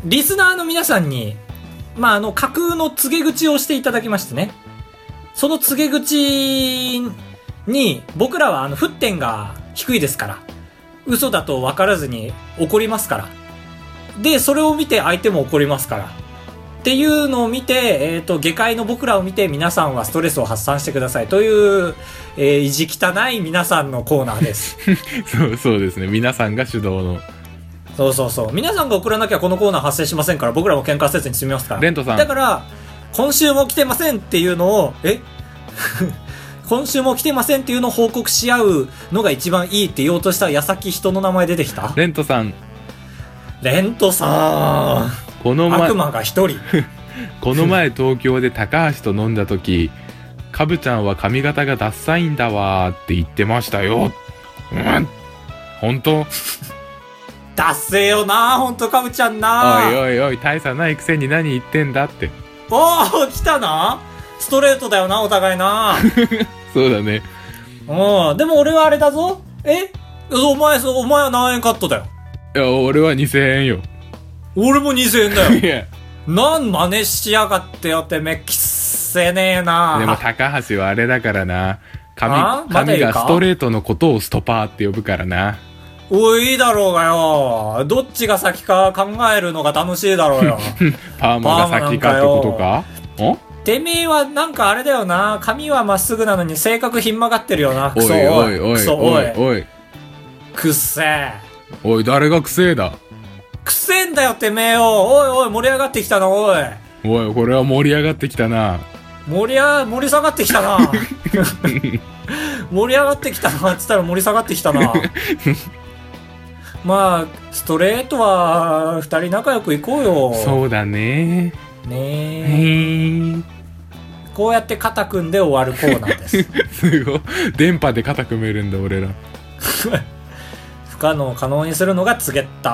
[SPEAKER 1] リスナーの皆さんに、まあ、あの、架空の告げ口をしていただきましてね。その告げ口に、僕らはあの、沸点が低いですから、嘘だと分からずに怒りますから。で、それを見て相手も怒りますから。っていうのを見て、えっ、と、下界の僕らを見て皆さんはストレスを発散してくださいという、えー、意地汚い皆さんのコーナーです。
[SPEAKER 3] そうそうですね皆さんが主導の
[SPEAKER 1] そうそうそう。皆さんが送らなきゃこのコーナー発生しませんから、僕らも喧嘩せずに済みますから。
[SPEAKER 3] レントさん
[SPEAKER 1] だから、今週も来てませんっていうのを、え (laughs) 今週も来てませんっていうのを報告し合うのが一番いいって言おうとした矢先人の名前出てきた
[SPEAKER 3] レントさん
[SPEAKER 1] レントさ
[SPEAKER 3] この
[SPEAKER 1] ん。
[SPEAKER 3] 前
[SPEAKER 1] 悪魔が
[SPEAKER 3] (laughs)
[SPEAKER 1] 一人。
[SPEAKER 3] この前東京で高橋と飲んだ時カブちゃんは髪型がダッサいんだわーって言ってましたようん本当
[SPEAKER 1] ダッセーよなほんとかぶちゃんな
[SPEAKER 3] おいおいおい大差ないくせに何言ってんだって
[SPEAKER 1] おお来たなストレートだよなお互い
[SPEAKER 3] (laughs)
[SPEAKER 1] な
[SPEAKER 3] そうだね
[SPEAKER 1] うんでも俺はあれだぞえお前そうお前は何円カットだよ
[SPEAKER 3] いや俺は2000円よ
[SPEAKER 1] 俺も2000円だよ
[SPEAKER 3] いや
[SPEAKER 1] なん真似しやがってよてめきっせねえな
[SPEAKER 3] でも高橋はあれだからな
[SPEAKER 1] あ
[SPEAKER 3] 髪
[SPEAKER 1] まだい
[SPEAKER 3] 髪
[SPEAKER 1] いか
[SPEAKER 3] がストレートのことをストパーって呼ぶからな
[SPEAKER 1] おいいいだろうがよどっちが先か考えるのが楽しいだろ
[SPEAKER 3] (laughs)
[SPEAKER 1] うよ
[SPEAKER 3] パーマが先かってことかん
[SPEAKER 1] てめえはなんかあれだよな髪はまっすぐなのに性格ひん曲がってるよな
[SPEAKER 3] お
[SPEAKER 1] ク
[SPEAKER 3] い
[SPEAKER 1] ソ
[SPEAKER 3] おいお
[SPEAKER 1] ク
[SPEAKER 3] い
[SPEAKER 1] ソ
[SPEAKER 3] お
[SPEAKER 1] お
[SPEAKER 3] い
[SPEAKER 1] い
[SPEAKER 3] おい
[SPEAKER 1] くっせえ
[SPEAKER 3] おい誰がくせえだ
[SPEAKER 1] くせえんだよてめえよおいおい盛り上がってきたなおい
[SPEAKER 3] おいこれは盛り上がってきたな
[SPEAKER 1] 盛りあ盛り下がってきた
[SPEAKER 3] (laughs)
[SPEAKER 1] な盛り上がってきたなっつったら盛り下がってきた
[SPEAKER 3] (laughs)
[SPEAKER 1] なまあストレートは二人仲良く行こうよ
[SPEAKER 3] そうだね
[SPEAKER 1] ねえ
[SPEAKER 3] へえ
[SPEAKER 1] こうやって肩組んで終わるコーナーです
[SPEAKER 3] (laughs) すごい。電波で肩組めるんだ、俺ら。
[SPEAKER 1] 不可能を可能にするのがツゲッタ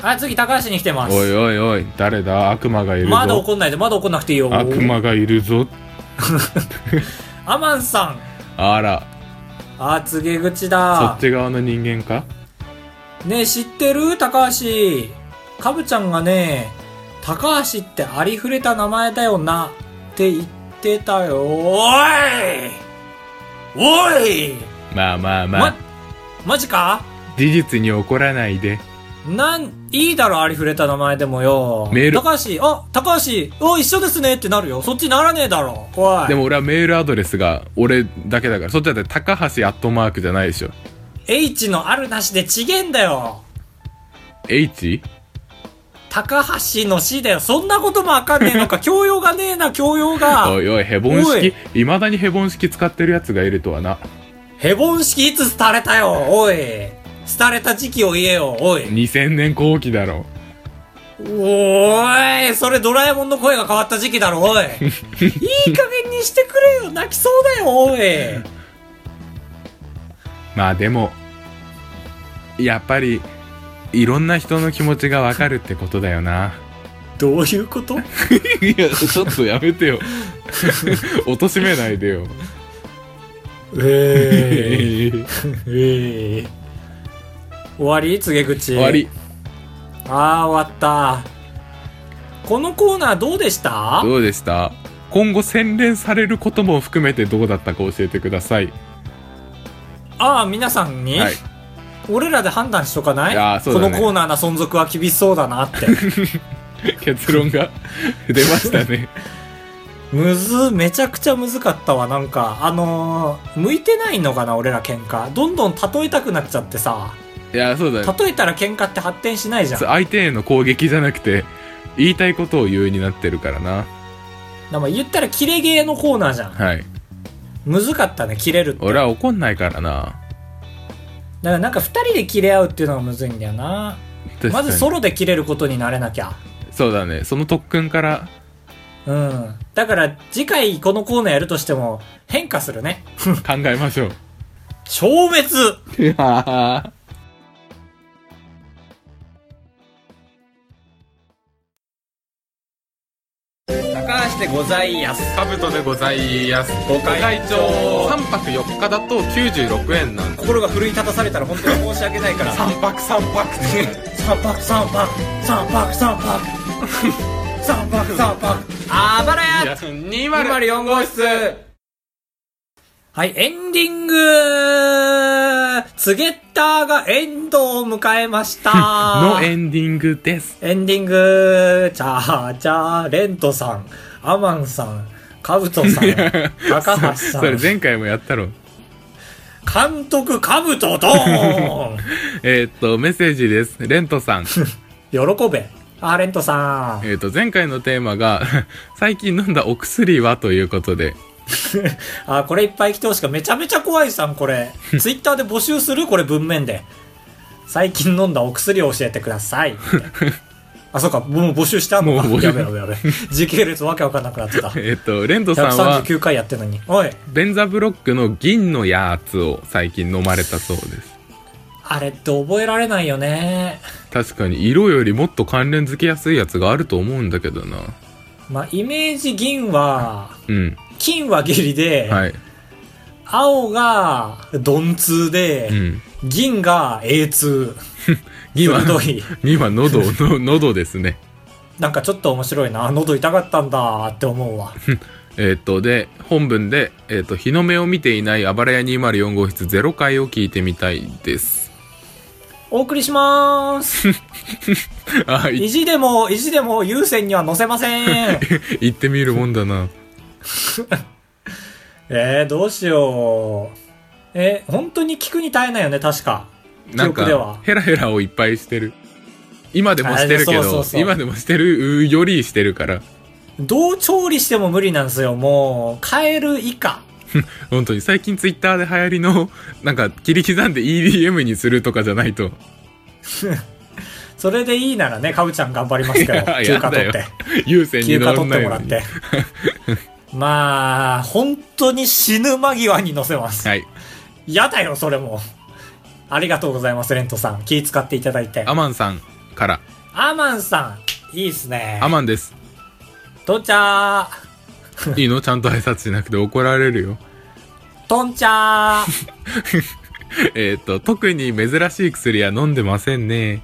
[SPEAKER 1] ーはい次高橋に来てます
[SPEAKER 3] おいおいおい、誰だ悪魔がいるぞ。
[SPEAKER 1] まだ怒んないでまだ怒んなくていいよ
[SPEAKER 3] 悪魔がいるぞ。
[SPEAKER 1] アマンさん
[SPEAKER 3] あら、
[SPEAKER 1] あー告げ口
[SPEAKER 3] そ
[SPEAKER 1] だ
[SPEAKER 3] っち側の人間か
[SPEAKER 1] ねえ知ってる高橋カブちゃんがね高橋ってありふれた名前だよなって言ってたよおいおい
[SPEAKER 3] まあまあまあ、
[SPEAKER 1] まマジか
[SPEAKER 3] 事実に怒らないで。
[SPEAKER 1] なん、いいだろ、ありふれた名前でもよ。
[SPEAKER 3] メール
[SPEAKER 1] 高橋、あ、高橋、お、一緒ですねってなるよ。そっちならねえだろ。怖い。
[SPEAKER 3] でも俺はメールアドレスが俺だけだから、そっちだって高橋アットマークじゃないでしょ。
[SPEAKER 1] H のあるなしでちげんだよ。
[SPEAKER 3] H?
[SPEAKER 1] 高橋の死だよ。そんなこともわかんねえのか。教養がねえな、教養
[SPEAKER 3] お (laughs)
[SPEAKER 1] が。
[SPEAKER 3] いおい、ヘボン式いまだにヘボン式使ってるやつがいるとはな。
[SPEAKER 1] ヘボン式いつ廃れたよ、おい。廃れた時期を言えよ、おい。
[SPEAKER 3] 2000年後期だろ。
[SPEAKER 1] おーい、それドラえもんの声が変わった時期だろ、
[SPEAKER 3] (laughs)
[SPEAKER 1] おい。いい加減にしてくれよ、泣きそうだよ、おい。
[SPEAKER 3] まあでも、やっぱり、いろんな人の気持ちがわかるってことだよな。
[SPEAKER 1] どういうこと
[SPEAKER 3] (laughs) いや、ちょっとやめて (laughs) よ。貶としめないでよ。
[SPEAKER 1] えー。
[SPEAKER 3] 終
[SPEAKER 1] ええ終わり告げ口
[SPEAKER 3] わり。
[SPEAKER 1] ああ終わったこのコーナーどうでした
[SPEAKER 3] どうでした今後洗練されることも含めてどうだったか教えてください。
[SPEAKER 1] ああ皆さんに、
[SPEAKER 3] はい。
[SPEAKER 1] 俺らで判断しとかない
[SPEAKER 3] いやーそうだね
[SPEAKER 1] このコーナーの存続は厳しそうだなって
[SPEAKER 3] 結論が (laughs) 出ましたね。
[SPEAKER 1] むずめちゃくちゃむずかったわなんかあのー、向いてないのかな俺ら喧嘩どんどん例えたくなっちゃってさ
[SPEAKER 3] いや、そうだね。
[SPEAKER 1] 例えたら喧嘩って発展しないじゃん
[SPEAKER 3] 相手への攻撃じゃなくて、言いたいことを言うになってるからな。
[SPEAKER 1] なんか言ったらキレゲーのコーナーじゃん
[SPEAKER 3] はい。
[SPEAKER 1] むずかったねキレるって
[SPEAKER 3] 俺は怒んないからな。
[SPEAKER 1] だからなんか二人で切れ合うっていうのがむずいんだよな
[SPEAKER 3] 確か
[SPEAKER 1] ま
[SPEAKER 3] に
[SPEAKER 1] ずソロで切れることになれなきゃ
[SPEAKER 3] そうだね。その特訓から、
[SPEAKER 1] うんだから次回このコーナーやるとしても変化するね
[SPEAKER 3] 考え
[SPEAKER 1] (laughs)
[SPEAKER 3] ましょう。
[SPEAKER 1] 消滅高橋でございやす
[SPEAKER 3] カブトでございます。ご
[SPEAKER 1] 会長
[SPEAKER 3] 3泊4日だと96円なんで。
[SPEAKER 1] 心が奮い立たされたら本当に申し訳ないから三泊三泊三泊三泊三泊三泊三泊三泊あばらや
[SPEAKER 3] 204号室
[SPEAKER 1] はい、エンディングツゲッターがエンドを迎えました (laughs)
[SPEAKER 3] のエンディングです。
[SPEAKER 1] エンディング、チャーチャー、レントさん、アマンさん、カブトさん、高橋さ
[SPEAKER 3] それ
[SPEAKER 1] ん、
[SPEAKER 3] 前回もやったろ。
[SPEAKER 1] 監督カブトドー (laughs) ン
[SPEAKER 3] えーっと、メッセージです。レン
[SPEAKER 1] (laughs)
[SPEAKER 3] トさん。
[SPEAKER 1] 喜べ。あ、レント
[SPEAKER 3] (laughs)
[SPEAKER 1] さん。
[SPEAKER 3] えーっと、前回のテーマが、最近飲んだお薬はということで。
[SPEAKER 1] あ、これいっぱい来てほしかめちゃめちゃ怖いさん、こ
[SPEAKER 3] (laughs)
[SPEAKER 1] れ。ツイッターで募集するこれ文面で。最近飲んだお薬を教えてください。あ、そうか、もう募集したのか
[SPEAKER 3] もう募集
[SPEAKER 1] やべやべやべ。時系列わけわかんなくなってた。
[SPEAKER 3] えーっと、レントさんは、
[SPEAKER 1] 139回やってるのに。おい、
[SPEAKER 3] ベンザブロックの銀のやつを最近飲まれたそうです。
[SPEAKER 1] あれって覚えられないよね。
[SPEAKER 3] 確かに、色よりもっと関連付けやすいやつがあると思うんだけどな。
[SPEAKER 1] まあ、イメージ銀は、
[SPEAKER 3] うん。
[SPEAKER 1] 金は下痢で、
[SPEAKER 3] はい。
[SPEAKER 1] 青が鈍痛で
[SPEAKER 3] う、ん。
[SPEAKER 1] 銀が A2。
[SPEAKER 3] (laughs) 銀は、
[SPEAKER 1] 鋭い。
[SPEAKER 3] 銀
[SPEAKER 1] (laughs)
[SPEAKER 3] は喉、の喉ですね。
[SPEAKER 1] なんかちょっと面白いな。喉痛かったんだって思うわ。
[SPEAKER 3] えーっと、で、本文で、えーっと、日の目を見ていないあばらや204号室0回を聞いてみたいです。 (laughs)
[SPEAKER 1] お送りしまーす。
[SPEAKER 3] あ、い
[SPEAKER 1] 意地でも、意地でも優先には載せません。
[SPEAKER 3] 行ってみるもんだな。
[SPEAKER 1] えー、どうしよう。えー本当に聞くに耐えないよね、確か。記
[SPEAKER 3] なん
[SPEAKER 1] 憶では
[SPEAKER 3] か、。ヘラヘラをいっぱいしてる。今でもしてるけ
[SPEAKER 1] あそうそ
[SPEAKER 3] ど
[SPEAKER 1] う、そう
[SPEAKER 3] 今でもしてるよりしてるから、
[SPEAKER 1] どう調理しても無理なんですよ、もう。カエル以下。
[SPEAKER 3] 本当に最近ツイッターで流行りの、なんか切り刻んで EDM にするとかじゃないと、
[SPEAKER 1] それでいいならね、かぶちゃん頑張りますけど、
[SPEAKER 3] (laughs) いや
[SPEAKER 1] 休暇取っ
[SPEAKER 3] や
[SPEAKER 1] て。
[SPEAKER 3] だよ (laughs) 優先に
[SPEAKER 1] 休暇
[SPEAKER 3] 乗
[SPEAKER 1] 取
[SPEAKER 3] ん
[SPEAKER 1] っ
[SPEAKER 3] な
[SPEAKER 1] て
[SPEAKER 3] い
[SPEAKER 1] も
[SPEAKER 3] の
[SPEAKER 1] らっ
[SPEAKER 3] に
[SPEAKER 1] て。 (laughs) まあ、本当に死ぬ間際に乗せます。
[SPEAKER 3] はい
[SPEAKER 1] やだよ、それも。ありがとうございます、レントさん。気使っていただいて。
[SPEAKER 3] アマンさんから
[SPEAKER 1] アマンさん、いいっすね
[SPEAKER 3] ア。マ
[SPEAKER 1] (laughs)
[SPEAKER 3] ンです
[SPEAKER 1] とんちゃ
[SPEAKER 3] いいのちゃんと挨拶しなくて怒られるよ
[SPEAKER 1] ー。とんちゃ
[SPEAKER 3] (laughs)
[SPEAKER 1] ー。
[SPEAKER 3] えっと特に珍しい薬は飲んでませんね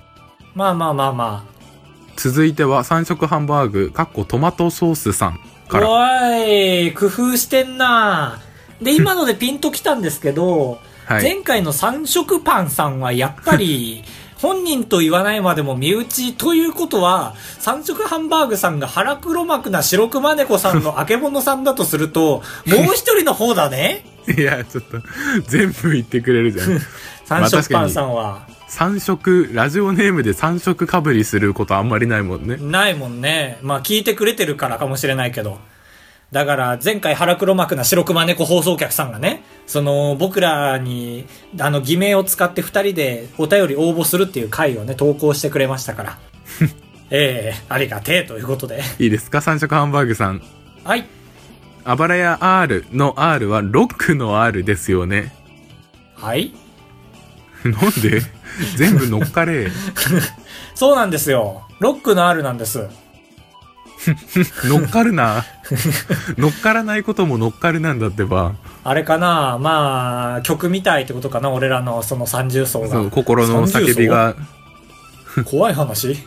[SPEAKER 1] まあまあまあまあ。
[SPEAKER 3] 続いては三色ハンバーグかっこトマトソースさんから
[SPEAKER 1] おい、工夫してんな。
[SPEAKER 3] (laughs)
[SPEAKER 1] で、今のでピンときたんですけど、
[SPEAKER 3] はい
[SPEAKER 1] 前回の三色パンさんはやっぱ
[SPEAKER 3] (laughs)
[SPEAKER 1] り、本人と言わないまでも身内ということは、三色ハンバーグさんが腹黒幕な白熊猫さんのあけぼのさんだとする
[SPEAKER 3] (laughs)
[SPEAKER 1] と、もう一人の方だね
[SPEAKER 3] いやちょっと全部言ってくれるじ
[SPEAKER 1] (laughs)
[SPEAKER 3] ゃん
[SPEAKER 1] 三色パンさんは。
[SPEAKER 3] 三色ラジオネームで三色かぶりすることあんまりないもんね
[SPEAKER 1] ないもんね。まあ聞いてくれてるからかもしれないけど。だから前回腹黒幕な白熊猫放送客さんがね、その僕らにあの偽名を使って二人でお便り応募するっていう回をね、投稿してくれました
[SPEAKER 3] (laughs)
[SPEAKER 1] から。ええありがてえということで。
[SPEAKER 3] いいですか三色ハンバーグさん
[SPEAKER 1] はい。
[SPEAKER 3] あばらや R の R はロックの R ですよね (laughs)
[SPEAKER 1] はい。
[SPEAKER 3] なんで全部乗っかれ (laughs)
[SPEAKER 1] そうなんですよ。ロックのあるなんです。
[SPEAKER 3] 乗っかるな (laughs) 乗っからないことも乗っかるなんだってば
[SPEAKER 1] あれかなまあ、曲みたいってことかな俺らのその三重奏
[SPEAKER 3] そ
[SPEAKER 1] が
[SPEAKER 3] う。心の叫びが
[SPEAKER 1] 30層。怖い話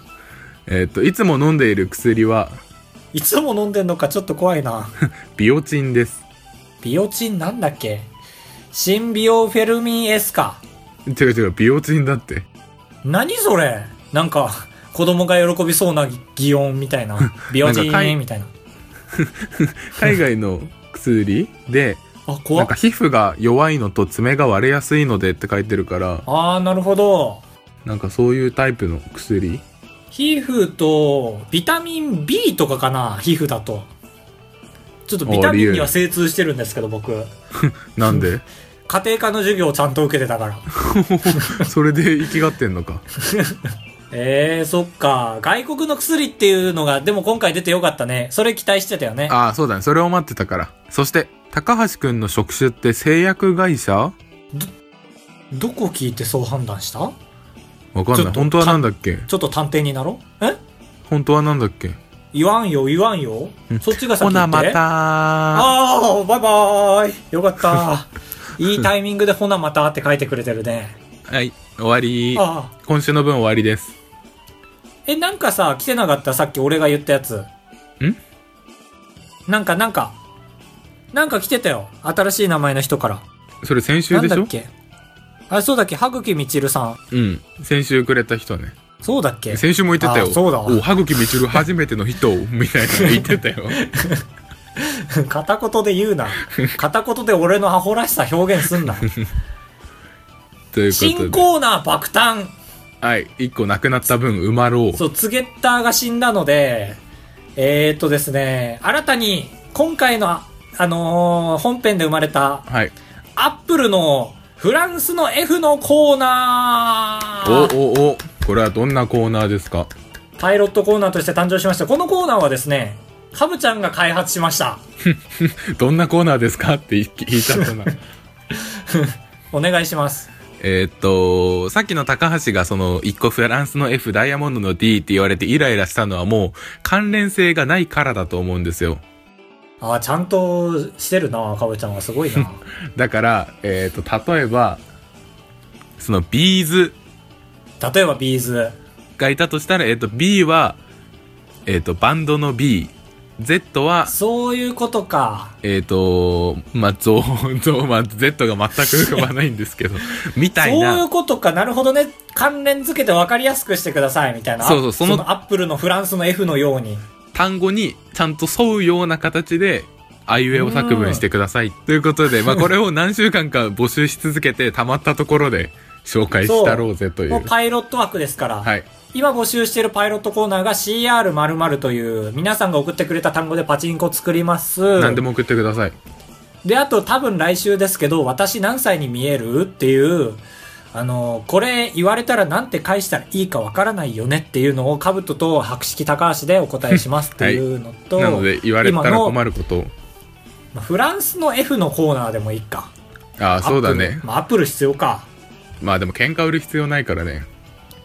[SPEAKER 3] えっといつも飲んでいる薬はい
[SPEAKER 1] つも飲んでんのかちょっと怖いな。
[SPEAKER 3] ビオチンです
[SPEAKER 1] ビオチンなんだっけシンビオフェルミン S か。
[SPEAKER 3] 違う違うビオチンだって
[SPEAKER 1] 何それなんか、子供が喜びそうな擬音みたいな。ビオチン
[SPEAKER 3] (laughs) なんかかい
[SPEAKER 1] ね、みたいな。
[SPEAKER 3] 海外の薬で
[SPEAKER 1] あ、
[SPEAKER 3] な
[SPEAKER 1] 怖
[SPEAKER 3] ん
[SPEAKER 1] っ
[SPEAKER 3] か。皮膚が弱いのと爪が割れやすいのでって書いてるから
[SPEAKER 1] あー、なるほど。
[SPEAKER 3] なんかそういうタイプの薬
[SPEAKER 1] 皮膚と、ビタミン B とかかな皮膚だと。ちょっとビタミンには精通してるんですけど、僕。
[SPEAKER 3] なん (laughs) で
[SPEAKER 1] 家庭科の授業をちゃんと受けてた
[SPEAKER 3] (laughs)
[SPEAKER 1] から。
[SPEAKER 3] それで生きがってんのか
[SPEAKER 1] えー、そっか。外国の薬っていうのが、でも今回出てよかったね。それ期待してたよね。
[SPEAKER 3] (laughs) ああそうだねそれを待ってたからそして高橋くんの職種って製薬会社
[SPEAKER 1] どこ聞いてそう判断した
[SPEAKER 3] わか
[SPEAKER 1] ち
[SPEAKER 3] ん
[SPEAKER 1] ょっ
[SPEAKER 3] ない
[SPEAKER 1] と
[SPEAKER 3] 本当はなんだっけ
[SPEAKER 1] ちょっと探偵になろうえ
[SPEAKER 3] 本当はなんだっけ
[SPEAKER 1] 言わんよ、言わんよ。そっちが先
[SPEAKER 3] ほ
[SPEAKER 1] 行って。
[SPEAKER 3] なまた
[SPEAKER 1] ああ、バイバーイ。よか
[SPEAKER 3] (laughs)
[SPEAKER 1] った。いいタイミングでほなまたって書いてくれてるね。
[SPEAKER 3] はい終わり
[SPEAKER 1] ああ。
[SPEAKER 3] 今週の分終わりです
[SPEAKER 1] え、なんかさ、来てなかったさっき俺が言ったやつ。んなんか、なんか。なんか来てたよ。新しい名前の人から。
[SPEAKER 3] それ先週
[SPEAKER 1] なん
[SPEAKER 3] でし
[SPEAKER 1] だっ
[SPEAKER 3] ょ
[SPEAKER 1] けあ、そうだっけ歯茎みちるさん。
[SPEAKER 3] うん先週くれた人ね
[SPEAKER 1] そうだっけ
[SPEAKER 3] 先週も言ってたよ
[SPEAKER 1] あそうだわ
[SPEAKER 3] お歯茎みちる初めての人みたいなの言ってたよ
[SPEAKER 1] (laughs) 片言で言うな。片言で俺のアホらしさ表現すん
[SPEAKER 3] (laughs)
[SPEAKER 1] な。
[SPEAKER 3] というこ
[SPEAKER 1] 新
[SPEAKER 3] とで
[SPEAKER 1] コーナー爆誕
[SPEAKER 3] はい一個なくなった分埋まろう
[SPEAKER 1] そう、ツゲッターが死んだので、えー、っとですね、新たに今回の、あのー本編で生まれた
[SPEAKER 3] はい
[SPEAKER 1] アップルのフランスの F のコーナ
[SPEAKER 3] お
[SPEAKER 1] ー
[SPEAKER 3] おおこれはどんなコーナーですか (laughs)
[SPEAKER 1] パイロットコーナーとして誕生しました。このコーナーはですね、カブちゃんが開発しました。
[SPEAKER 3] どんなコーナーですかって聞いちゃったな
[SPEAKER 1] お願いします。
[SPEAKER 3] えーっと、さっきの高橋がその一個フランスの F ダイヤモンドの D って言われてイライラしたのはもう関連性がないからだと思うんですよ。
[SPEAKER 1] あーちゃんとしてるな、カブちゃんは。すごいな。
[SPEAKER 3] だから、えーっと、例えば、そのビーズ
[SPEAKER 1] 例えばビーズ。
[SPEAKER 3] がいたとしたら、えーっと、B は、えーっと、バンドの B。Z は、
[SPEAKER 1] そういうことか。
[SPEAKER 3] えーっと、まあ、ゾー、ゾー、まあ、Z が全く浮かばないんですけど、みたい
[SPEAKER 1] そうい
[SPEAKER 3] な
[SPEAKER 1] う。ことか、なるほどね。関連付けて分かりやすくしてください、みたいな。
[SPEAKER 3] そうそうその
[SPEAKER 1] アップルのフランスの F のように。
[SPEAKER 3] 単語にちゃんと沿うような形で、あいうえを作文してください。ということで、まあ、これを何週間か募集し続けて、たまったところで紹介したろうぜとい
[SPEAKER 1] も
[SPEAKER 3] う
[SPEAKER 1] う。パイロット枠ですから。
[SPEAKER 3] はい。
[SPEAKER 1] 今募集しているパイロットコーナーが CR00 という、皆さんが送ってくれた単語でパチンコ作ります。
[SPEAKER 3] 何でも送ってください。
[SPEAKER 1] で、あと多分来週ですけど、私何歳に見えるっていう、あの、これ言われたらなんて返したらいいかわからないよねっていうのを、カブトと博識高橋でお答えしますっていうのと、
[SPEAKER 3] なので言われたら
[SPEAKER 1] 今の
[SPEAKER 3] 困ること
[SPEAKER 1] まあフランスの F のコーナーでもいいか。
[SPEAKER 3] ああそうだ
[SPEAKER 1] アップ
[SPEAKER 3] ね
[SPEAKER 1] ルまあ、アップル必要か。
[SPEAKER 3] まあでも喧嘩売る必要ないからね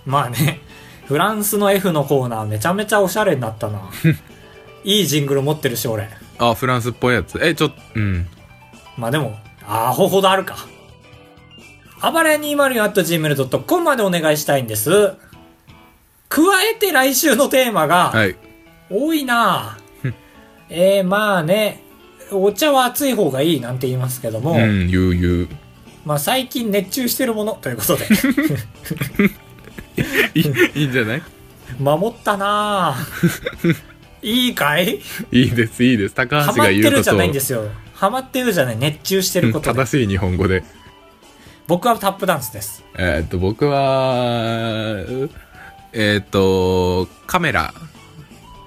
[SPEAKER 1] まあね、 (laughs) フランスの F のコーナーめちゃめちゃおしゃれになった
[SPEAKER 3] (laughs)
[SPEAKER 1] な。いいジングル持ってるし、俺。
[SPEAKER 3] ああフランスっぽいやつえちょっとうん
[SPEAKER 1] まあでも、アホほどあるか。あばれ 204.gmail.com までお願いしたいんです。加えて来週のテーマが、
[SPEAKER 3] はい
[SPEAKER 1] 多い
[SPEAKER 3] (laughs)
[SPEAKER 1] なぁえー、まあね、お茶は熱い方がいいなんて言いますけども、
[SPEAKER 3] うん言う
[SPEAKER 1] (laughs)
[SPEAKER 3] 言う
[SPEAKER 1] まあ最近熱中してるものということで、
[SPEAKER 3] いいいいんじゃない
[SPEAKER 1] 守った
[SPEAKER 3] (laughs)
[SPEAKER 1] なぁいいかい
[SPEAKER 3] いいですいいです高
[SPEAKER 1] ハ
[SPEAKER 3] 橋
[SPEAKER 1] マっ
[SPEAKER 3] が
[SPEAKER 1] て
[SPEAKER 3] 言う
[SPEAKER 1] る
[SPEAKER 3] こ
[SPEAKER 1] じ
[SPEAKER 3] と
[SPEAKER 1] ゃ
[SPEAKER 3] を
[SPEAKER 1] ないんですよ。ハマってるじゃない、熱中して
[SPEAKER 3] う
[SPEAKER 1] る
[SPEAKER 3] ん
[SPEAKER 1] ことで。
[SPEAKER 3] 正しい日本語で
[SPEAKER 1] 僕はタップダンスです。
[SPEAKER 3] えーっと僕はえーっとカメラ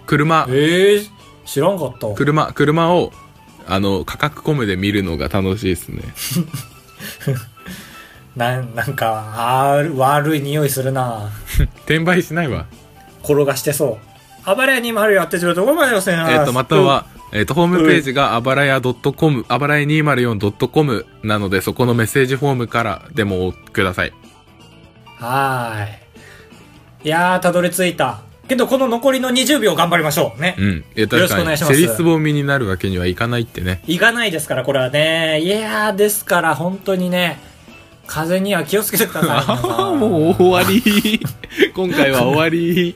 [SPEAKER 3] 車
[SPEAKER 1] ええー、知らんかった。
[SPEAKER 3] 車車をあの価格コムで見るのが楽しいですね
[SPEAKER 1] なん、なんか、あー悪い匂いするな
[SPEAKER 3] 転売しないわ
[SPEAKER 1] 転がしてそう。あばれ204やってしまうとこまで予選
[SPEAKER 3] えーっとまたは、えーっとホームページがあばらや .com あばらや 204.com なのでそこのメッセージフォームからでもください
[SPEAKER 1] はーい。いやー、たどり着いた。けど、この残りの20秒頑張りましょう。ね。
[SPEAKER 3] うんえー
[SPEAKER 1] よろ
[SPEAKER 3] 確
[SPEAKER 1] しくお
[SPEAKER 3] か
[SPEAKER 1] 願い
[SPEAKER 3] に
[SPEAKER 1] します
[SPEAKER 3] セリスボミになるわけにはいかないっ
[SPEAKER 1] (laughs)
[SPEAKER 3] てね (laughs)
[SPEAKER 1] いかないですから、これはね。いやー、ですから、本当にね、
[SPEAKER 3] (laughs)
[SPEAKER 1] 風邪には気をつけてください皆さ
[SPEAKER 3] あ
[SPEAKER 1] ん。
[SPEAKER 3] (laughs) もう終わり今回は終わり